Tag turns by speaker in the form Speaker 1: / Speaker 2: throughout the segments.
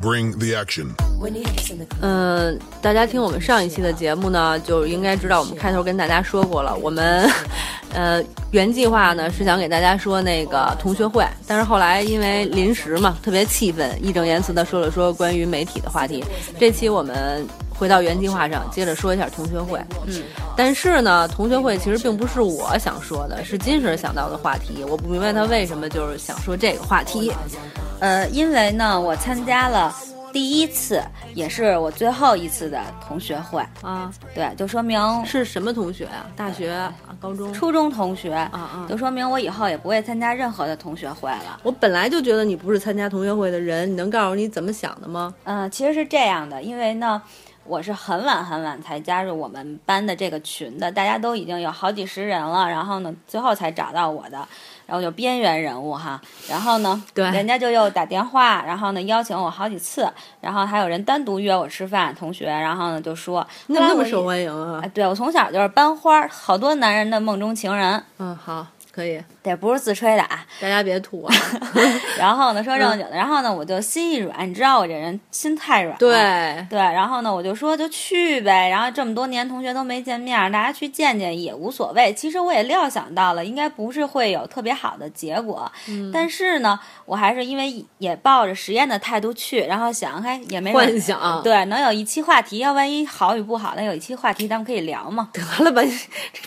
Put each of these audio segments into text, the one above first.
Speaker 1: Bring the action.
Speaker 2: 嗯、大家听我们上一期的节目呢，就应该知道我们开头跟大家说过了，我们 呃原计划呢是想给大家说那个同学会，但是后来因为临时嘛，特别气愤，义正言辞的说了说关于媒体的话题。这期我们回到原计划上，接着说一下同学会。嗯，但是呢，同学会其实并不是我想说的，是金婶想到的话题。我不明白他为什么就是想说这个话题。
Speaker 3: 呃，因为呢，我参加了第一次，也是我最后一次的同学会，
Speaker 2: 啊，
Speaker 3: 对，就说明
Speaker 2: 是什么同学啊？大学、啊、高中、
Speaker 3: 初中同学，
Speaker 2: 啊
Speaker 3: 就说明我以后也不会参加任何的同学会了。
Speaker 2: 我本来就觉得你不是参加同学会的人，你能告诉我你怎么想的吗？
Speaker 3: 嗯、其实是这样的，因为呢，我是很晚很晚才加入我们班的这个群的，大家都已经有好几十人了，然后呢，最后才找到我的，然后就边缘人物哈，然后呢，
Speaker 2: 对
Speaker 3: 人家就又打电话，然后呢邀请我好几次，然后还有人单独约我吃饭，同学，然后呢就说，
Speaker 2: 你怎么那
Speaker 3: 后来
Speaker 2: 么
Speaker 3: 我
Speaker 2: 受
Speaker 3: 一
Speaker 2: 欢迎啊
Speaker 3: 哎，？对我从小就是班花儿，好多男人的梦中情人，
Speaker 2: 嗯，好，可以，
Speaker 3: 对，不是自吹 的啊。
Speaker 2: 大家别 吐啊。
Speaker 3: 然后呢，说正经的，然后呢，我就心一软，你知道我这人心太软了，
Speaker 2: 嗯对，
Speaker 3: 对，然后呢，我就说就去呗。然后这么多年同学都没见面儿，大家去见见也无所谓。其实我也料想到了，应该不是会有特别好的结果。
Speaker 2: 嗯
Speaker 3: 但是呢，我还是因为也抱着实验的态度去，然后想，哎，也没
Speaker 2: 幻
Speaker 3: 准
Speaker 2: 想
Speaker 3: 对，能有一期话题，要万一好与不好，那有一期话题咱们可以聊嘛。
Speaker 2: 得了吧，你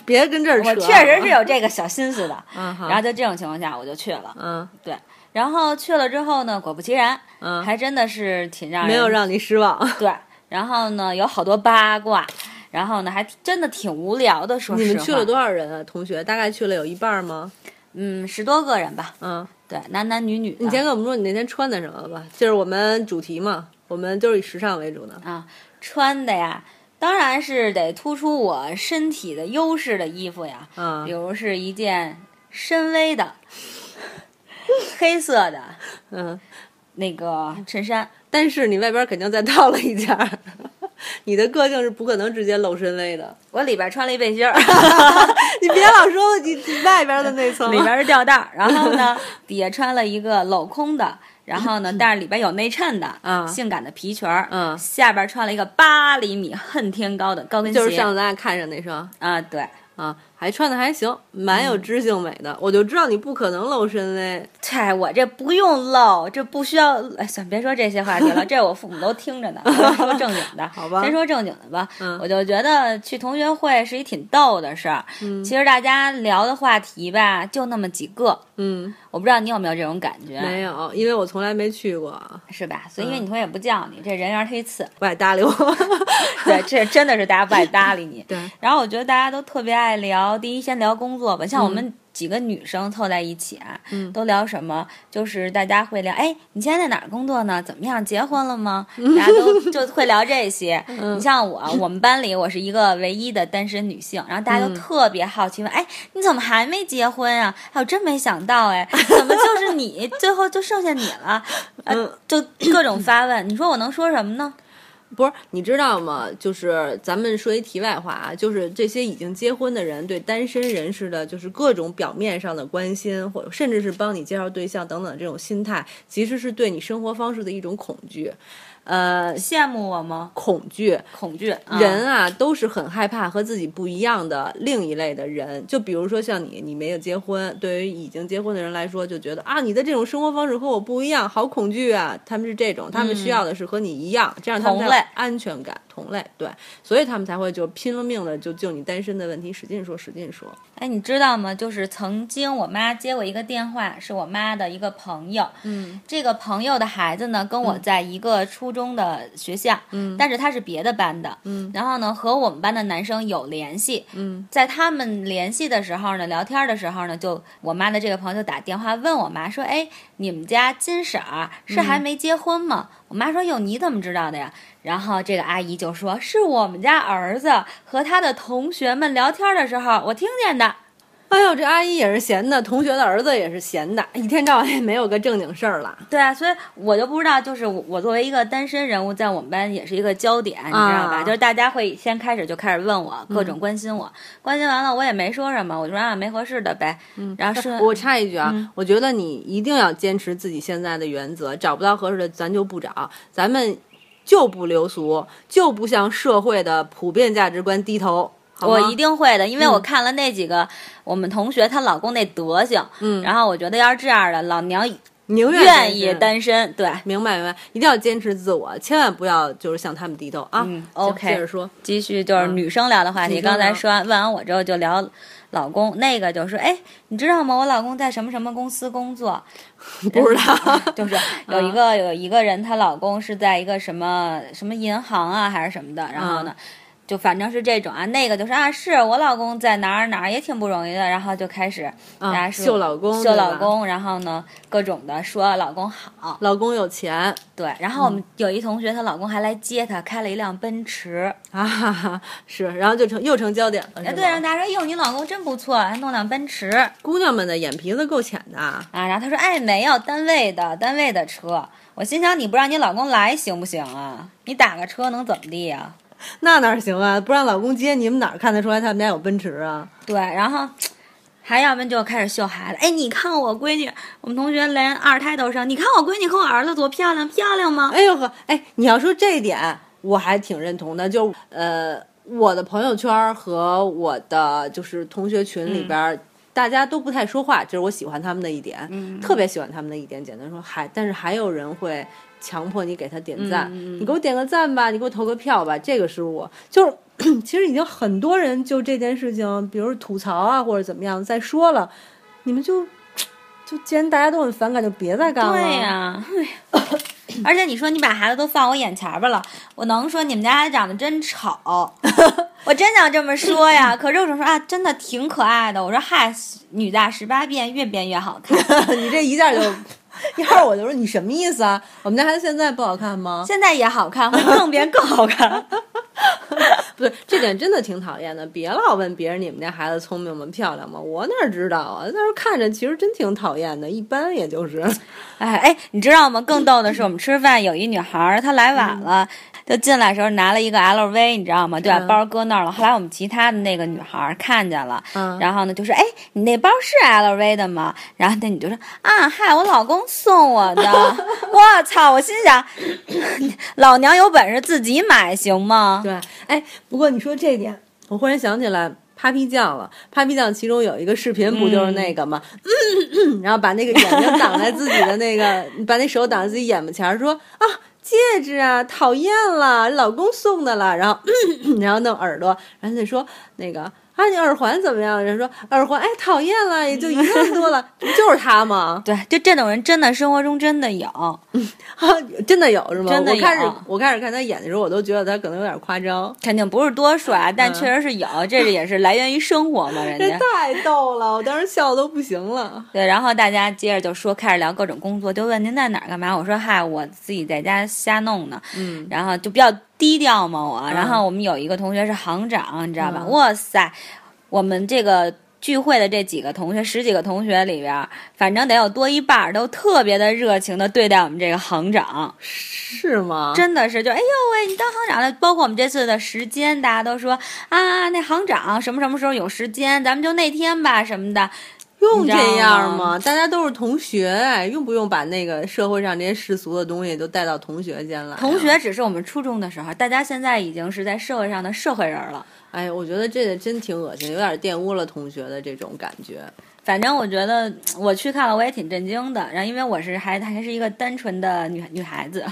Speaker 2: 别跟这儿扯。啊
Speaker 3: 我确实是，有这个小心思的。
Speaker 2: 嗯，好，
Speaker 3: 然后在这种情况下，我就去了。
Speaker 2: 嗯
Speaker 3: 对，然后去了之后呢，果不其然，
Speaker 2: 嗯，
Speaker 3: 还真的是挺让人
Speaker 2: 没有让你失 望。
Speaker 3: 对，然后呢，有好多八卦，然后呢，还真的挺无聊的。说
Speaker 2: 你
Speaker 3: 实
Speaker 2: 们
Speaker 3: 话，
Speaker 2: 去了多少人啊？同学大概去了有一半吗？
Speaker 3: 嗯，十多个人吧。
Speaker 2: 嗯，
Speaker 3: 对，男男女女的。
Speaker 2: 你先跟我们说你那天穿的什么吧，就是我们主题嘛，我们都是以时尚为主的。
Speaker 3: 啊，穿的呀，当然是得突出我身体的优势的衣服呀，
Speaker 2: 啊
Speaker 3: 比，如是一件深 V 的 黑色的
Speaker 2: 嗯，
Speaker 3: 那个衬衫。
Speaker 2: 但是你外边肯定再套了一件儿， 你的个性是不可能直接露身威的。
Speaker 3: 我里边穿了一背心儿，
Speaker 2: 你别老说你你外边的那层
Speaker 3: 里边是吊带儿，然后 呢，底下穿了一个镂空的，然后呢，但是里边有内衬的，
Speaker 2: 嗯
Speaker 3: 性感的皮裙儿，
Speaker 2: 嗯
Speaker 3: 下边穿了一个八厘米恨天高的高跟鞋，
Speaker 2: 就是上次咱俩看上那双
Speaker 3: 啊，对，
Speaker 2: 啊，还穿的还行，蛮有知性美的。我就知道你不可能露身威，
Speaker 3: 对我这不用露，这不需要，哎，算别说这些话题 了，这我父母都听着呢。我就说正经的，
Speaker 2: 好吧
Speaker 3: 先说正经的吧。
Speaker 2: 嗯
Speaker 3: 我就觉得去同学会是一挺逗的事儿。
Speaker 2: 嗯
Speaker 3: 其实大家聊的话题吧，就那么几个，
Speaker 2: 嗯，
Speaker 3: 我不知道你有没有这种感觉，
Speaker 2: 没嗯有，因为我从来没去过，
Speaker 3: 是吧？所以因为你同学也不叫你，这人缘儿忒次。
Speaker 2: 不爱搭理我。。
Speaker 3: 对，这真的是大家不爱搭理你
Speaker 2: 对，
Speaker 3: 然后我觉得大家都特别爱聊，第一先聊工作吧，像我们几个女生凑在一起啊，
Speaker 2: 嗯
Speaker 3: 都聊什么？就是大家会聊，哎，你现在在哪儿工作呢？怎么样？结婚 了吗？大家都就会聊这些。
Speaker 2: 嗯
Speaker 3: 你像我，我们班里我是一个唯一的单身女性，然后大家
Speaker 2: 嗯
Speaker 3: 都特别好奇问，哎，你怎么还没结婚啊？哎，我真没想到， 哎，怎么就是你，最后就剩下你了？啊
Speaker 2: 嗯，
Speaker 3: 就各种发问，你说我能说什么呢？
Speaker 2: 不是，你知道吗？就是咱们说一题外话啊，就是这些已经结婚的人对单身人士的，就是各种表面上的关心，或者甚至是帮你介绍对象等等这种心态，其实是对你生活方式的一种恐惧，呃，
Speaker 3: 羡慕我吗？
Speaker 2: 恐惧。
Speaker 3: 恐惧，
Speaker 2: 人啊，都是很害怕和自己不一样的另一类的人。就比如说像你，你没有结婚，对于已经结婚的人来说，就觉得啊，你的这种生活方式和我不一样，好恐惧啊。他们是这种，他们需要的是和你一样，这样他们才
Speaker 3: 嗯同类
Speaker 2: 有安全感，同类对，所以他们才会就拼了命的就就你单身的问题使劲说，使劲说。
Speaker 3: 哎，你知道吗？就是曾经我妈接过一个电话，是我妈的一个朋友，
Speaker 2: 嗯
Speaker 3: 这个朋友的孩子呢跟我在一个初中的学校，
Speaker 2: 嗯
Speaker 3: 但是他是别的班的，
Speaker 2: 嗯
Speaker 3: 然后呢和我们班的男生有联系，
Speaker 2: 嗯
Speaker 3: 在他们联系的时候呢，聊天的时候呢，就我妈的这个朋友就打电话问我妈说：“哎，你们家金婶儿是
Speaker 2: 嗯
Speaker 3: 还没结婚吗？”我妈说：“哟，你怎么知道的呀？”然后这个阿姨就说：“是我们家儿子和他的同学们聊天的时候，我听见的。”
Speaker 2: 哎呦，这阿姨也是闲的，同学的儿子也是闲的，一天到晚也没有个正经事儿了。
Speaker 3: 对啊，所以我就不知道，就是我我作为一个单身人物，在我们班也是一个焦点，你知道吧？
Speaker 2: 啊
Speaker 3: 就是大家会先开始就开始问我，各种关心我，关心完了我也没说什么，我就说啊没合适的呗，然后顺
Speaker 2: 嗯 我插一句啊，
Speaker 3: 嗯
Speaker 2: 我觉得你一定要坚持自己现在的原则，找不到合适的咱就不找，咱们就不流俗，就不向社会的普遍价值观低头。好吗嗯
Speaker 3: 我一定会的，因为我看了那几个我们同学她老公那德行，嗯，然后我觉得要是这样的，老娘
Speaker 2: 宁愿
Speaker 3: 愿意
Speaker 2: 单身。
Speaker 3: 单身，对，
Speaker 2: 明白明白，一定要坚持自我，千万不要就是向他们低头啊。
Speaker 3: 嗯
Speaker 2: 行
Speaker 3: OK
Speaker 2: 接着说，
Speaker 3: 继续就是女生聊的话
Speaker 2: 嗯
Speaker 3: 题。
Speaker 2: 女生聊
Speaker 3: 刚才说完问完我之后就聊老公，那个就说，哎，你知道吗？我老公在什么什么公司工作？
Speaker 2: 不知道，
Speaker 3: 嗯就是有一个有一个人，她老公是在一个什么什么银行啊，还是什么
Speaker 2: 嗯
Speaker 3: 的。然后呢，就反正是这种啊，那个就说啊，是我老公在哪儿哪儿也挺不容易的。然后就开始大家
Speaker 2: 啊，
Speaker 3: 说
Speaker 2: 秀老公，
Speaker 3: 秀老
Speaker 2: 对吧，
Speaker 3: 公，然后呢各种的说老公好，
Speaker 2: 老公有钱
Speaker 3: 对。然后我
Speaker 2: 嗯
Speaker 3: 们有一同学，她老公还来接她，开了一辆奔驰。
Speaker 2: 啊，哈哈，是，然后就成又成焦点了。
Speaker 3: 哎，
Speaker 2: 是
Speaker 3: 对，
Speaker 2: 吧
Speaker 3: 让大家说，哟，你老公真不错，还弄辆奔驰。
Speaker 2: 姑娘们的眼皮子够浅的啊。
Speaker 3: 啊，然后他说：“哎，没有单位的单位的车。”我心想：“你不让你老公来行不行啊？你打个车能怎么地啊呀、
Speaker 2: 那哪行啊？不让老公接，你们哪儿看得出来他们家有奔驰啊？
Speaker 3: 对，然后还要不然就开始秀孩子。哎，你看我闺女，我们同学连二胎都生。你看我闺女和我儿子多漂亮，漂亮吗？
Speaker 2: 哎呦呵，哎，你要说这一点，我还挺认同的。就呃，我的朋友圈和我的就是同学群
Speaker 3: 嗯
Speaker 2: 里边儿，大家都不太说话，这是我喜欢他们的一点，
Speaker 3: 嗯
Speaker 2: 特别喜欢他们的一点。简单说，还但是还有人会。强迫你给他点赞，
Speaker 3: 嗯
Speaker 2: 你给我点个赞吧，你给我投个票吧，这个是我就是 其实已经很多人就这件事情，比如吐槽啊或者怎么样再说了，你们就就既然大家都很反感，就别再干了。
Speaker 3: 对呀、哎呀 而且你说你把孩子都放我眼前边了，我能说你们家孩子长得真丑？ 我真想这么说呀， 可是我就说啊，真的挺可爱的。我说嗨，女大十八变，越变越好 看。
Speaker 2: 你这一下就，一会儿我就说你什么意思啊？我们家孩子现在不好看吗？
Speaker 3: 现在也好看，会更变更好看。
Speaker 2: 不对，这点真的挺讨厌的。别老问别人你们家孩子聪明吗、漂亮吗？我哪知道啊？但是看着其实真挺讨厌的，一般也就是。
Speaker 3: 哎哎，你知道吗？更逗的是，我们吃饭有一女孩儿，她来晚了，就进来的时候拿了一个 LV，你知道吗？就把
Speaker 2: 嗯
Speaker 3: 包搁那儿了。后来我们其他的那个女孩儿看见了，
Speaker 2: 嗯
Speaker 3: 然后呢就说：“哎，你那包是 LV 的吗？”然后那女就说：“啊，嗨，我老公送我的。” 我操！我心想， 老娘有本事自己买行吗？
Speaker 2: 对，哎，不过你说这一点，我忽然想起来。Papi 酱了，Papi 酱其中有一个视频不就是那个吗？嗯嗯然后把那个眼睛挡在自己的那个， 把那手挡在自己眼巴前儿，说啊戒指啊，讨厌了，老公送的了。然后 嗯嗯然后弄耳朵，然后就说那个啊你耳环怎么样？人家说耳环哎讨厌了，也就一万多 了，这不就是他吗？
Speaker 3: 对，就这种人真的生活中真的有。
Speaker 2: 啊，真的有是吗？
Speaker 3: 真的
Speaker 2: 我开始
Speaker 3: 有
Speaker 2: 我开始看他演的时候，我都觉得他可能有点夸张。
Speaker 3: 肯定不是多说啊，但
Speaker 2: 嗯
Speaker 3: 确实是有，这是也是来源于生活嘛，人
Speaker 2: 这
Speaker 3: 家。
Speaker 2: 太逗了，我当时笑的都不行了。
Speaker 3: 对，然后大家接着就说，开始聊各种工作，就问您在哪儿干嘛？我说嗨，我自己在家瞎弄呢。
Speaker 2: 嗯，
Speaker 3: 然后就比较低调嘛，我。
Speaker 2: 嗯
Speaker 3: 然后我们有一个同学是行长，你知道吧？
Speaker 2: 嗯
Speaker 3: 哇塞，我们这个聚会的这几个同学，十几个同学里边儿，反正得有多一半儿都特别的热情的对待我们这个行长。
Speaker 2: 嗯是吗？
Speaker 3: 真的是就哎呦喂，你当行长了。包括我们这次的时间，大家都说啊，那行长什么什么时候有时间，咱们就那天吧什么的。
Speaker 2: 用
Speaker 3: 你知
Speaker 2: 这
Speaker 3: 道
Speaker 2: 样
Speaker 3: 吗
Speaker 2: 吗？大家都是同学，哎，用不用把那个社会上这些世俗的东西都带到同学间来、啊
Speaker 3: 同，学只是我们初中的时候，大家现在已经是在社会上的社会人了。
Speaker 2: 哎，我觉得这个真挺恶心，有点玷污了同学的这种感觉。
Speaker 3: 反正我觉得我去看了，我也挺震惊的。然后因为我是还还是一个单纯的女女孩子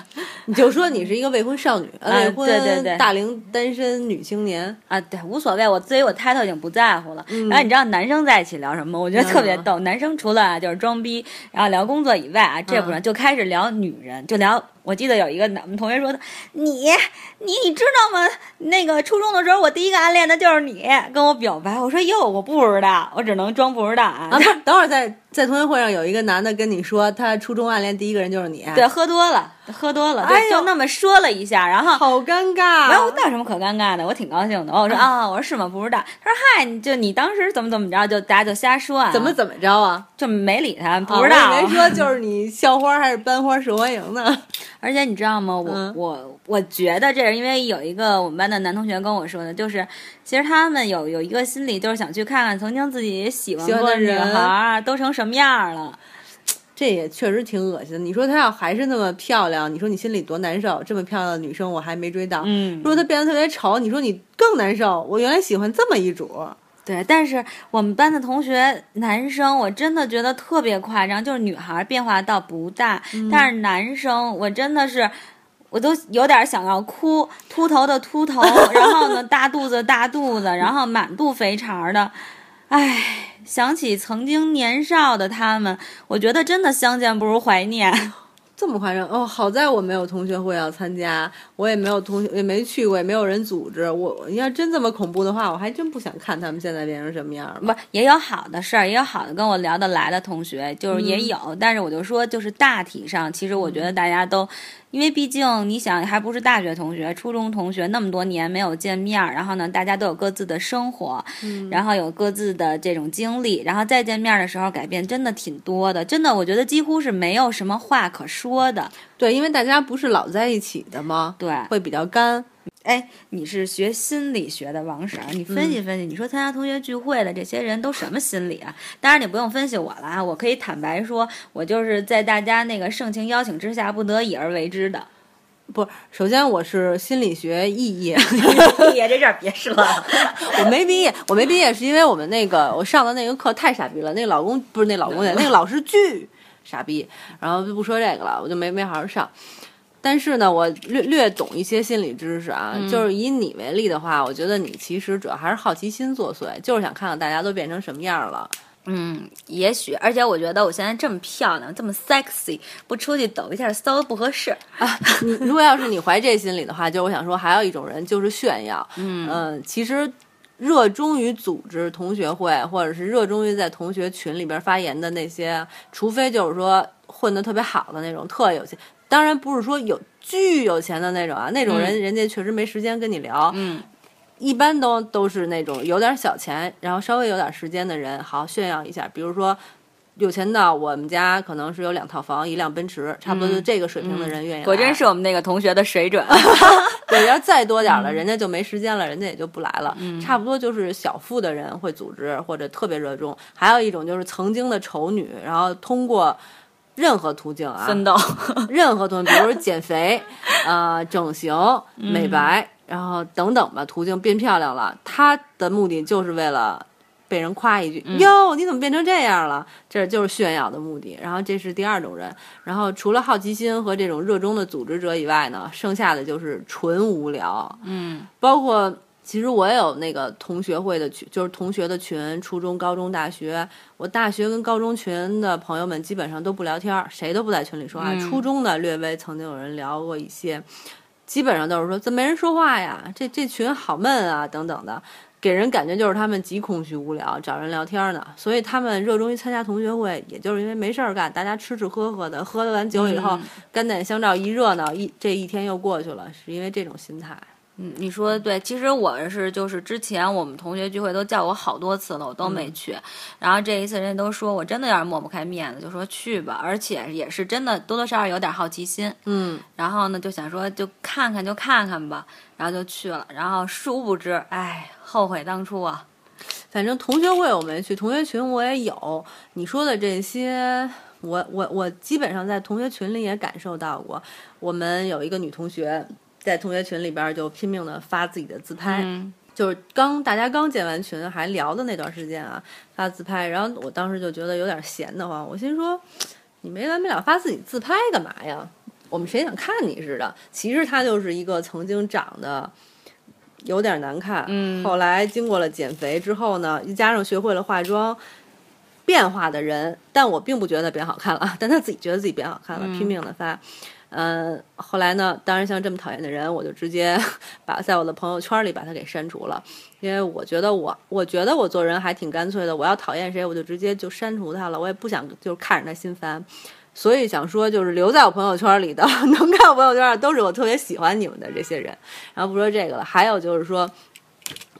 Speaker 2: 你就说你是一个未婚少女，呃
Speaker 3: 啊
Speaker 2: 未婚
Speaker 3: 对对对
Speaker 2: 大龄单身女青年，
Speaker 3: 啊，对，无所谓，我对于我 title 已经不在乎了。然后你知道男生在一起聊什么吗？我觉得特别
Speaker 2: 嗯
Speaker 3: 逗。男生除了啊就是装逼，然后聊工作以外啊，这
Speaker 2: 嗯
Speaker 3: 部分就开始聊女人，就聊。我记得有一个男我们同学说的，你你你知道吗？那个初中的时候，我第一个暗恋的就是你，跟我表白。我说哟，我不知道，我只能装不知道啊。
Speaker 2: 啊，不是，等会儿在在同学会上有一个男的跟你说，他初中暗恋第一个人就是你，
Speaker 3: 对，喝多了，喝多了，
Speaker 2: 哎呦
Speaker 3: 对，就那么说了一下，然后。
Speaker 2: 好尴尬。啊
Speaker 3: 然后我那有什么可尴尬的？我挺高兴的。我说啊，我说是吗？不知道。他说嗨，你就你当时怎么怎么着，就大家就瞎说啊，
Speaker 2: 怎么怎么着啊？
Speaker 3: 就没理他，
Speaker 2: 啊
Speaker 3: 不知道。
Speaker 2: 我以为说就是你校花还是班花受欢迎呢。
Speaker 3: 而且你知道吗？我、
Speaker 2: 嗯
Speaker 3: 我我觉得这是因为有一个我们班的男同学跟我说的，就是其实他们有有一个心理，就是想去看看曾经自己喜欢
Speaker 2: 喜欢
Speaker 3: 过
Speaker 2: 的
Speaker 3: 女
Speaker 2: 人
Speaker 3: 孩儿都成什么样了。
Speaker 2: 这也确实挺恶心的。你说她要还是那么漂亮，你说你心里多难受？这么漂亮的女生我还没追到，
Speaker 3: 嗯
Speaker 2: 如，果她变得特别丑，你说你更难受。我原来喜欢这么一主，
Speaker 3: 对。但是我们班的同学男生，我真的觉得特别夸张，就是女孩变化倒不大，但是男生我真的是。我都有点想要哭，秃头的秃头，然后呢，大肚子的大肚子，然后满肚肥肠儿的，唉，想起曾经年少的他们，我觉得真的相见不如怀念。
Speaker 2: 这么夸张哦！好在我没有同学会要参加，我也没有同学也没去过，也没有人组织。我要真这么恐怖的话，我还真不想看他们现在变成什么样了。
Speaker 3: 不，也有好的事儿，也有好的跟我聊得来的同学，就是也有，但是我就说，就是大体上，其实我觉得大家都，因为毕竟你想，还不是大学同学、初中同学，那么多年没有见面儿，然后呢，大家都有各自的生活，然后有各自的这种经历，然后再见面儿的时候，改变真的挺多的，真的，我觉得几乎是没有什么话可说的。
Speaker 2: 对，因为大家不是老在一起的吗？
Speaker 3: 对，
Speaker 2: 会比较干。
Speaker 3: 哎，你是学心理学的王婶儿，你分析分析，你说参加同学聚会的这些人都什么心理啊？当然你不用分析我了啊，我可以坦白说，我就是在大家那个盛情邀请之下，不得已而为之的。
Speaker 2: 不，首先我是心理学肄 业，
Speaker 3: 也这事儿 别说了，
Speaker 2: 我没毕业，我没毕业是因为我们那个我上的那个课太傻逼了，那个老公不是那老公也，那个老师巨傻逼，然后就不说这个了，我就没没好好上。但是呢，我略略懂一些心理知识啊，就是以你为例的话，我觉得你其实主要还是好奇心作祟，就是想看看大家都变成什么样了。
Speaker 3: 嗯，也许，而且我觉得我现在这么漂亮，这么 sexy，不出去抖一下骚不合适。
Speaker 2: 你如果要是你怀这心理的话，就是我想说，还有一种人就是炫耀，嗯其实热衷于组织同学会，或者是热衷于在同学群里边发言的那些，除非就是说混得特别好的那种，特有钱，当然不是说有巨有钱的那种啊，那种人、人家确实没时间跟你聊，
Speaker 3: 嗯，
Speaker 2: 一般都都是那种有点小钱，然后稍微有点时间的人，好炫耀一下。比如说，有钱到我们家可能是有两套房、一辆奔驰，差不多就这个水平的人愿意来、
Speaker 3: 嗯果真是我们那个同学的水准。
Speaker 2: 对，要再多点儿
Speaker 3: 嗯
Speaker 2: 了，人家就没时间了，人家也就不来了。差不多就是小富的人会组织，或者特别热衷。还有一种就是曾经的丑女，然后通过任何途径啊，
Speaker 3: 奋斗，
Speaker 2: 任何途径，比如说减肥、 呃整形、美白，然后等等吧，途径变漂亮了，她的目的就是为了。被人夸一句哟，你怎么变成这样了？这就是炫耀的目的。然后这是第二种人。然后除了好奇心和这种热衷的组织者以外呢，剩下的就是纯无聊。
Speaker 3: 嗯，
Speaker 2: 包括其实我也有那个同学会的群，就是同学的群，初中、高中、大学。我大学跟高中群的朋友们基本上都不聊天儿，谁都不在群里说话。初中的略微曾经有人聊过一些，基本上都是说怎么没人说话呀？这这群好闷啊，等等的。给人感觉就是他们极空虚无聊，找人聊天呢，所以他们热衷于参加同学会，也就是因为没事儿干，大家吃吃喝喝的，喝完酒以后、肝胆相照一热闹，一这一天又过去了，是因为这种心态。
Speaker 3: 嗯，你说的对，其实我是就是之前我们同学聚会都叫我好多次了，我都没去。然后这一次人家都说我真的有点抹不开面子，就说去吧，而且也是真的多多少少有点好奇心。
Speaker 2: 嗯，
Speaker 3: 然后呢，就想说就看看就看看吧，然后就去了。然后殊不知，哎，后悔当初啊。
Speaker 2: 反正同学会我没去，同学群我也有。你说的这些，我我我基本上在同学群里也感受到过。我们有一个女同学在同学群里边儿就拼命的发自己的自拍，
Speaker 3: 嗯
Speaker 2: 就是刚大家刚建完群还聊的那段时间啊，发自拍。然后我当时就觉得有点闲得慌，我心说，你没完没了发自己自拍干嘛呀？我们谁想看你似的？其实她就是一个曾经长得有点难看，
Speaker 3: 嗯
Speaker 2: 后来经过了减肥之后呢，又加上学会了化妆。变化的人，但我并不觉得变好看了，但她自己觉得自己变好看了，拼命的发。嗯，后来呢，当然像这么讨厌的人，我就直接 把在我的朋友圈里把他给删除了，因为我觉得我，我觉得我做人还挺干脆的，我要讨厌谁，我就直接就删除他了，我也不想就是看着他心烦。所以想说，就是留在我朋友圈里的， 能看我朋友圈的都是我特别喜欢你们的这些人。然后不说这个了，还有就是说，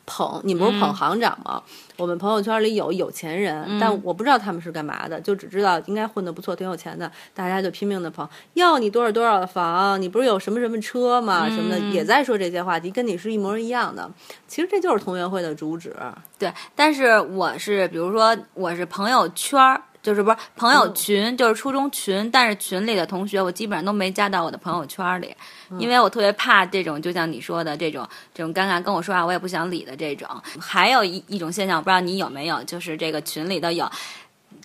Speaker 2: 捧你们不是捧行长吗？我们朋友圈里有有钱人，但我不知道他们是干嘛的，就只知道应该混得不错，挺有钱的，大家就拼命的捧，要你多少多少的房，你不是有什么什么车吗？什么的，也在说这些话题，跟你是一模一样的。其实这就是同学会的主旨，
Speaker 3: 对，但是我是，比如说我是朋友圈儿，就是不是朋友群，就是初中群，但是群里的同学我基本上都没加到我的朋友圈儿里，因为我特别怕这种，就像你说的这种这种尴尬，跟我说话我也不想理的这种。还有一一种现象，我不知道你有没有，就是这个群里头有。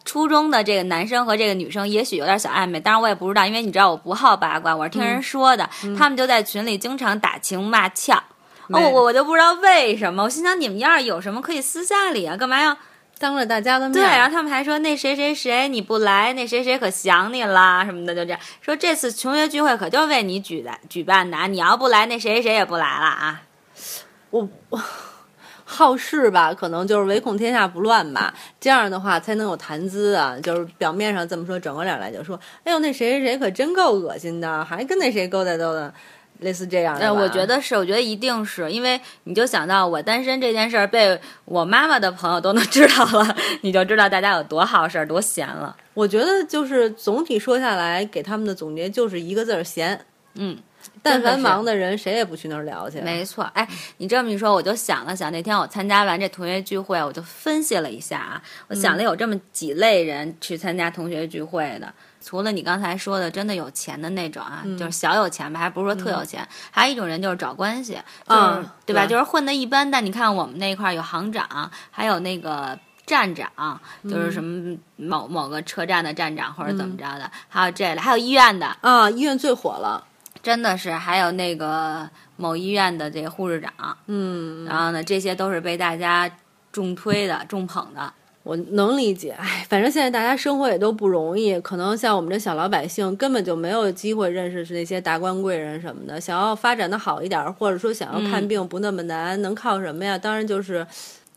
Speaker 3: 初中的这个男生和这个女生也许有点小暧昧，当然我也不知道，因为你知道我不好八卦，我是听人说的。他们就在群里经常打情骂俏，哦，
Speaker 2: 没
Speaker 3: 我我就不知道为什么。我心想你们要是有什么可以私下里啊，干嘛要
Speaker 2: 当着大家的面。
Speaker 3: 对？啊然后他们还说那谁谁谁你不来，那谁谁可想你啦什么的，就这样说这次同学聚会可就为你举的举办的啊，你要不来那谁谁也不来了啊。
Speaker 2: 我我好事吧，可能就是唯恐天下不乱吧。这样的话才能有谈资啊。就是表面上这么说，整个脸来就说，哎呦，那谁谁谁可真够恶心的，还跟那谁勾搭勾搭，类似这样的吧。
Speaker 3: 哎我觉得是，我觉得一定是因为你就想到我单身这件事儿被我妈妈的朋友都能知道了， 你就知道大家有多好事儿、多闲了。
Speaker 2: 我觉得就是总体说下来，给他们的总结就是一个字儿闲。
Speaker 3: 嗯，
Speaker 2: 但
Speaker 3: 真的
Speaker 2: 凡
Speaker 3: 是
Speaker 2: 忙的人，谁也不去那儿聊去。啊
Speaker 3: 没错，哎，你这么一说，我就想了想，那天我参加完这同学聚会，我就分析了一下啊，我想了有这么几类人去参加同学聚会的，除了你刚才说的真的有钱的那种啊，就是小有钱吧，还不是说特有钱，还有一种人就是找关系，就是、
Speaker 2: 嗯
Speaker 3: 对吧？
Speaker 2: 对
Speaker 3: 就是混的一般，但你看我们那一块儿有行长，还有那个。站长就是什么某某个车站的站长或者怎么着的，还有这类，还有医院的，
Speaker 2: 啊，医院最火了。
Speaker 3: 真的是，还有那个某医院的这个护士长，
Speaker 2: 嗯，
Speaker 3: 然后呢，这些都是被大家重推的、重捧的。
Speaker 2: 我能理解。哎，反正现在大家生活也都不容易，可能像我们这小老百姓根本就没有机会认识那些达官贵人什么的。想要发展的好一点儿，或者说想要看病不那么难，能靠什么呀？当然就是
Speaker 3: 嗯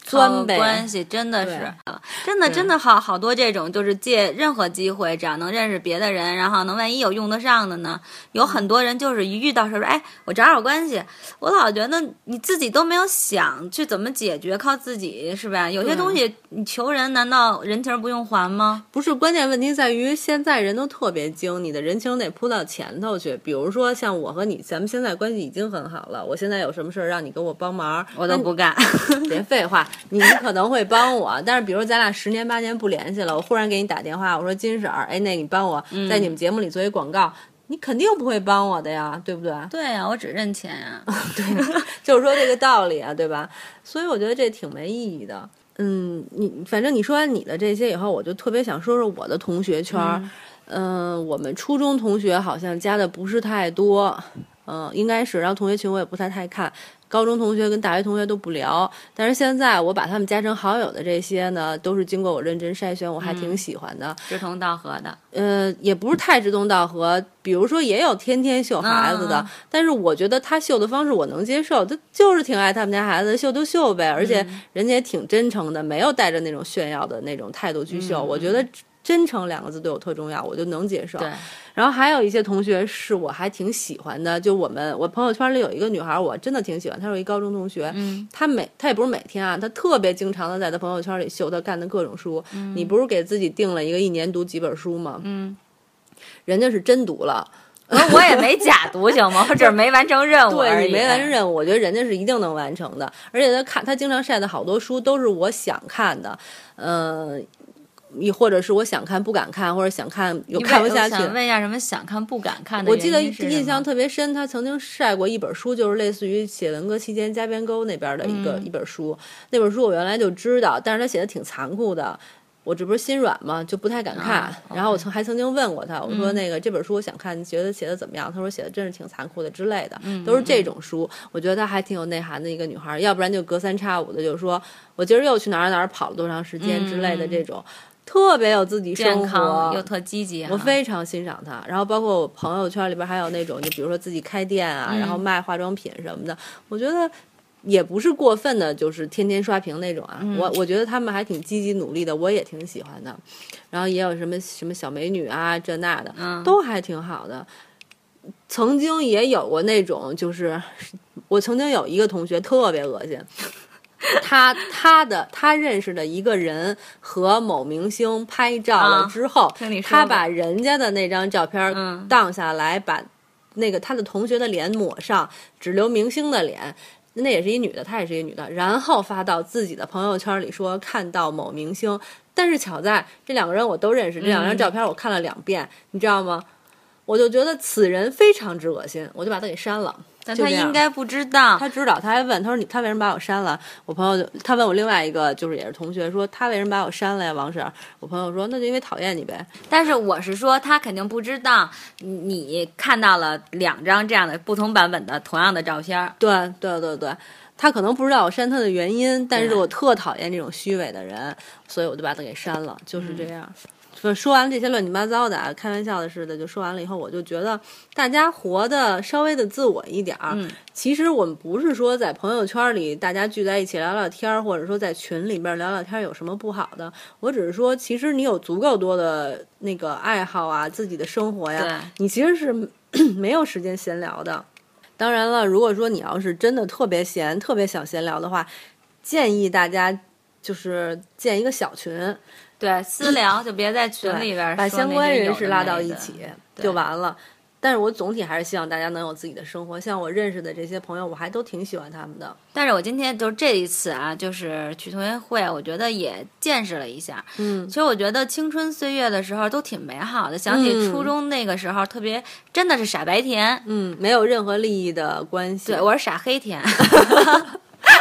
Speaker 3: 靠
Speaker 2: 钻呗。
Speaker 3: 呃关系真的是
Speaker 2: 对，
Speaker 3: 啊真的
Speaker 2: 对
Speaker 3: 真的好好多这种，就是借任何机会，只要能认识别的人，然后能万一有用得上的呢，有很多人就是一遇到事儿，哎，我找找关系，我老觉得你自己都没有想去怎么解决，靠自己是吧？有些
Speaker 2: 对啊
Speaker 3: 东西你求人，难道人情儿不用还吗？
Speaker 2: 不是关键问题在于现在人都特别精，你的人情得扑到前头去。比如说像我和你，咱们现在关系已经很好了，我现在有什么事儿让你给我帮忙，
Speaker 3: 我都
Speaker 2: 那
Speaker 3: 不干。
Speaker 2: 别废话，你你可能会帮我，但是比如咱俩十年八年不联系了，我忽然给你打电话，我说金婶儿，哎，那你帮我在你们节目里做一广告，你肯定不会帮我的呀，对不对？
Speaker 3: 对呀、我只认钱啊呀、
Speaker 2: 就是说这个道理啊，对吧？所以我觉得这挺没意义的。嗯，你反正你说完你的这些以后，我就特别想说说我的同学圈儿。嗯、我们初中同学好像加的不是太多，嗯、应该是。然后同学群我也不太太看，高中同学跟大学同学都不聊。但是现在我把他们加成好友的这些呢，都是经过我认真筛选，我还挺喜欢的。
Speaker 3: 志同道合 的。
Speaker 2: 呃，也不是太志同道合，比如说也有天天秀孩子的，
Speaker 3: 啊
Speaker 2: 但是我觉得他秀的方式我能接受，他就是挺爱他们家孩子，秀就秀呗，而且
Speaker 3: 嗯
Speaker 2: 人家也挺真诚的，没有带着那种炫耀的那种态度去
Speaker 3: 嗯
Speaker 2: 秀，我觉得。真诚两个字对我特重要，我就能接受。
Speaker 3: 对，
Speaker 2: 然后还有一些同学是我还挺喜欢的，就我们我朋友圈里有一个女孩，我真的挺喜欢，她是我一高中同学，
Speaker 3: 嗯，
Speaker 2: 他每他也不是每天啊，他特别经常的在他朋友圈里秀他干的各种书。
Speaker 3: 嗯
Speaker 2: 你不是给自己定了一个一年读几本书吗？嗯，人家是真读了，
Speaker 3: 我我也没假读行吗？我只是没完成任务而
Speaker 2: 对
Speaker 3: 已。
Speaker 2: 你没完成任务，我觉得人家是一定能完成的。而且他看他经常晒的好多书都是我想看的，嗯、也或者是我想看不敢看，或者想看有
Speaker 3: 你
Speaker 2: 看不
Speaker 3: 为
Speaker 2: 下
Speaker 3: 我
Speaker 2: 去。
Speaker 3: 想问一下，什么想看不敢看的
Speaker 2: 我
Speaker 3: 原
Speaker 2: 记
Speaker 3: 因是
Speaker 2: 得
Speaker 3: 什么？
Speaker 2: 印象特别深，他曾经晒过一本书，就是类似于写文革期间加边沟那边的一
Speaker 3: 嗯
Speaker 2: 个、一本书。那本书我原来就知道，但是他写的挺残酷的，我这不是心软嘛，就不太敢看。
Speaker 3: 啊嗯
Speaker 2: 然后我曾还曾经问过他，我说那个、这本书我想看，你觉得写的怎么样？他说写的真是挺残酷的之类的，
Speaker 3: 嗯
Speaker 2: 都是这种书。我觉得她还挺有内涵的一个女孩，要不然就隔三差五的就说我今儿又去哪儿哪儿跑了多长时间之类的这种。特别有自己生
Speaker 3: 嗯健
Speaker 2: 活，
Speaker 3: 康又特积极哈。
Speaker 2: 我非常欣赏他，然后包括我
Speaker 3: 嗯
Speaker 2: 朋友圈里边还有那种，就比如说自己开店啊，然后卖化妆品什么的，我觉得也不是过分的，就是天天刷屏那种啊。
Speaker 3: 嗯
Speaker 2: 我我觉得他们还挺积极努力的，我也挺喜欢的。然后也有什么什么小美女啊，这那的，
Speaker 3: 嗯
Speaker 2: 都还挺好的。曾经也有过那种，就是我曾经有一个同学特别恶心，他他的他认识的一个人和某明星拍照了
Speaker 3: 啊
Speaker 2: 之后，
Speaker 3: 听你说
Speaker 2: 他
Speaker 3: 过
Speaker 2: 把人家的那张照片儿
Speaker 3: 嗯
Speaker 2: 当下来，把那个他的同学的脸抹上，只留明星的脸。那也是一女的，她也是一女的，然后发到自己的朋友圈里说看到某明星，但是巧在这两个人我都认识，这两张照片我看了两遍，你知道吗？我就觉得此人非常之恶心，我就把他给删了。
Speaker 3: 但
Speaker 2: 就
Speaker 3: 他
Speaker 2: 这样
Speaker 3: 应该不知道，
Speaker 2: 他知道，他还问他说你他为什么把我删了？我朋友就他问我另外一个就是也是同学说他为什么把我删了呀？王婶儿，我朋友说那就因为讨厌你呗。
Speaker 3: 但是我是说，他肯定不知道你看到了两张这样的不同版本的同样的照片儿。
Speaker 2: 对对对对，他可能不知道我删他的原因，但是
Speaker 3: 对
Speaker 2: 我特讨厌这种虚伪的人，所以我就把他给删了，就是这样。说说完这些乱七八糟的啊，开玩笑的似的，就说完了以后，我就觉得大家活得稍微的自我一点儿。
Speaker 3: 嗯
Speaker 2: 其实我们不是说在朋友圈里大家聚在一起聊聊天儿，或者说在群里边聊聊天儿有什么不好的。我只是说，其实你有足够多的那个爱好啊，自己的生活呀，
Speaker 3: 对，
Speaker 2: 你其实是 没有时间闲聊的。当然了，如果说你要是真的特别闲、特别想闲聊的话，建议大家就是建一个小群，
Speaker 3: 对，私聊就别在群里边儿
Speaker 2: 把
Speaker 3: 说
Speaker 2: 相
Speaker 3: 那
Speaker 2: 关
Speaker 3: 些
Speaker 2: 人
Speaker 3: 有
Speaker 2: 士
Speaker 3: 的
Speaker 2: 拉
Speaker 3: 没
Speaker 2: 到一
Speaker 3: 的
Speaker 2: 起
Speaker 3: 对
Speaker 2: 就完了。但是我总体还是希望大家能有自己的生活。像我认识的这些朋友，我还都挺喜欢他们的。
Speaker 3: 但是我今天就是这一次啊，就是去同学会，我觉得也见识了一下。
Speaker 2: 嗯
Speaker 3: 其实我觉得青春岁月的时候都挺美好的，想起
Speaker 2: 嗯
Speaker 3: 初中那个时候，特别真的是傻白甜。
Speaker 2: 嗯，没有任何利益的关系。
Speaker 3: 对，我是傻 黑甜。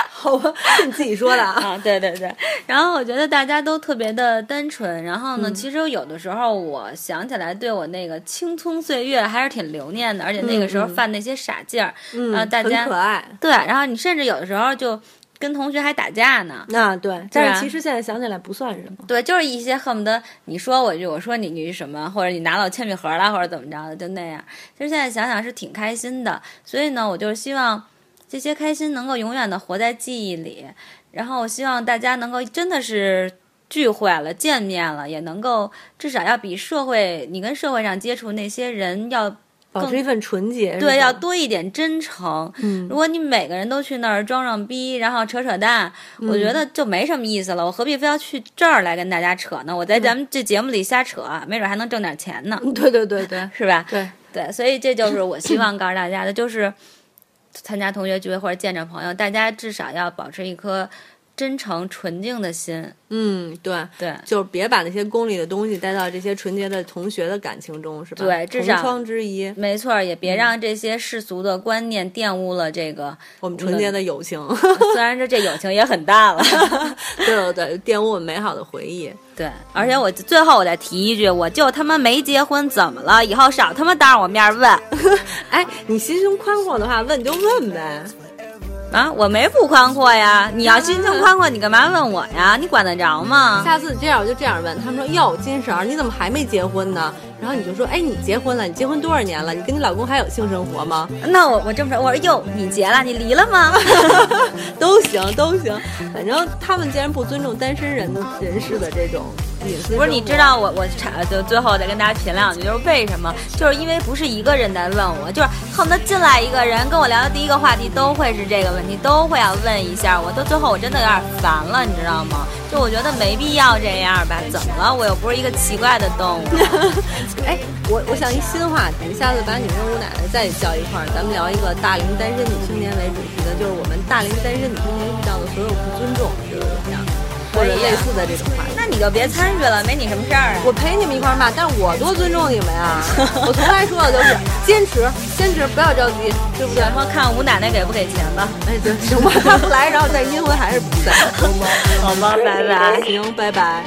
Speaker 2: 好吧，是你自己说的啊。
Speaker 3: 啊，对对对。然后我觉得大家都特别的单纯，然后
Speaker 2: 嗯
Speaker 3: 呢，其实有的时候我想起来，对我那个青葱岁月还是挺留念的，而且那个时候
Speaker 2: 嗯嗯
Speaker 3: 犯那些傻劲儿，
Speaker 2: 嗯，
Speaker 3: 啊大家
Speaker 2: 很可爱。
Speaker 3: 对。然后你甚至有的时候就跟同学还打架呢。
Speaker 2: 啊，对，但
Speaker 3: 对
Speaker 2: 是
Speaker 3: 啊
Speaker 2: 其实现在想起来不算什么。
Speaker 3: 对，就是一些恨不得你说我一句，我说你一句什么，或者你拿到我铅笔盒了，或者怎么着的，就那样。其实现在想想是挺开心的，所以呢，我就是希望这些开心能够永远的活在记忆里。然后我希望大家能够真的是聚会了、见面了，也能够至少要比社会你跟社会上接触那些人要
Speaker 2: 保
Speaker 3: 更
Speaker 2: 持一份纯洁是吧。
Speaker 3: 对要多一点真诚。
Speaker 2: 嗯
Speaker 3: 如果你每个人都去那儿装装逼，然后扯扯淡，
Speaker 2: 嗯
Speaker 3: 我觉得就没什么意思了。我何必非要去这儿来跟大家扯呢？
Speaker 2: 嗯
Speaker 3: 我在咱们这节目里瞎扯，啊没准还能挣点钱呢，
Speaker 2: 对对对对
Speaker 3: 是吧？
Speaker 2: 对，
Speaker 3: 对，所以这就是我希望告诉大家的，就是参加同学聚会或者见着朋友，大家至少要保持一颗真诚纯净的心。
Speaker 2: 嗯对。
Speaker 3: 对，
Speaker 2: 就是别把那些功利的东西带到这些纯洁的同学的感情中，是吧？
Speaker 3: 对至少
Speaker 2: 同窗之谊，
Speaker 3: 没错儿，也别让这些世俗的观念玷污了这 个。
Speaker 2: 我们纯洁的友情，
Speaker 3: 虽然这这友情也很 大了。
Speaker 2: 对对对，玷污我们美好的回忆。
Speaker 3: 对，而且我最后我再提一句，我就他妈没结婚，怎么了？以后少他妈当着我面问
Speaker 2: 哎，你心胸宽阔的话，问就问呗。
Speaker 3: 啊！我没不宽阔呀，你要心胸宽阔，你干嘛问我呀？你管得着吗？
Speaker 2: 下次这样我就这样问，他们说哟，金婶儿你怎么还没结婚呢？然后你就说，哎，你结婚了，你结婚多少年了？你跟你老公还有性生活吗？
Speaker 3: 那我我这么说，我说哟，你结了，你离了吗？
Speaker 2: 都行都行，反正他们既然不尊重单身人的人士的这种隐私，
Speaker 3: 不是，你知。道我我查就最后再跟大家品两句，就是为什么？就是因为不是一个人在问我，就是恨不得进来一个人跟我聊的第一个话题都会是这个问题，都会要问一下我，到最后我真的有点烦了，你知道吗？就我觉得没必要这样吧，怎么了？我又不是一个奇怪的动物。
Speaker 2: 哎，我我想一新话题，下次把你跟我奶奶再叫一块儿，咱们聊一个大龄单身女青年为主题的，就是我们大龄单身女青年遇到的所有不尊重，就是这样，或者类似的这种话题。
Speaker 3: 那你就别参与了，没你什么事儿啊。
Speaker 2: 我陪你们一块儿骂，但我多尊重你们呀！我从来说的都是坚持，坚持，不要着急，对不对
Speaker 3: 然？后看吴奶奶给不给钱吧。
Speaker 2: 哎， 对，行吧，他不来，然后再阴婚还是不在，
Speaker 3: 好吧，拜拜。
Speaker 2: 行，拜拜。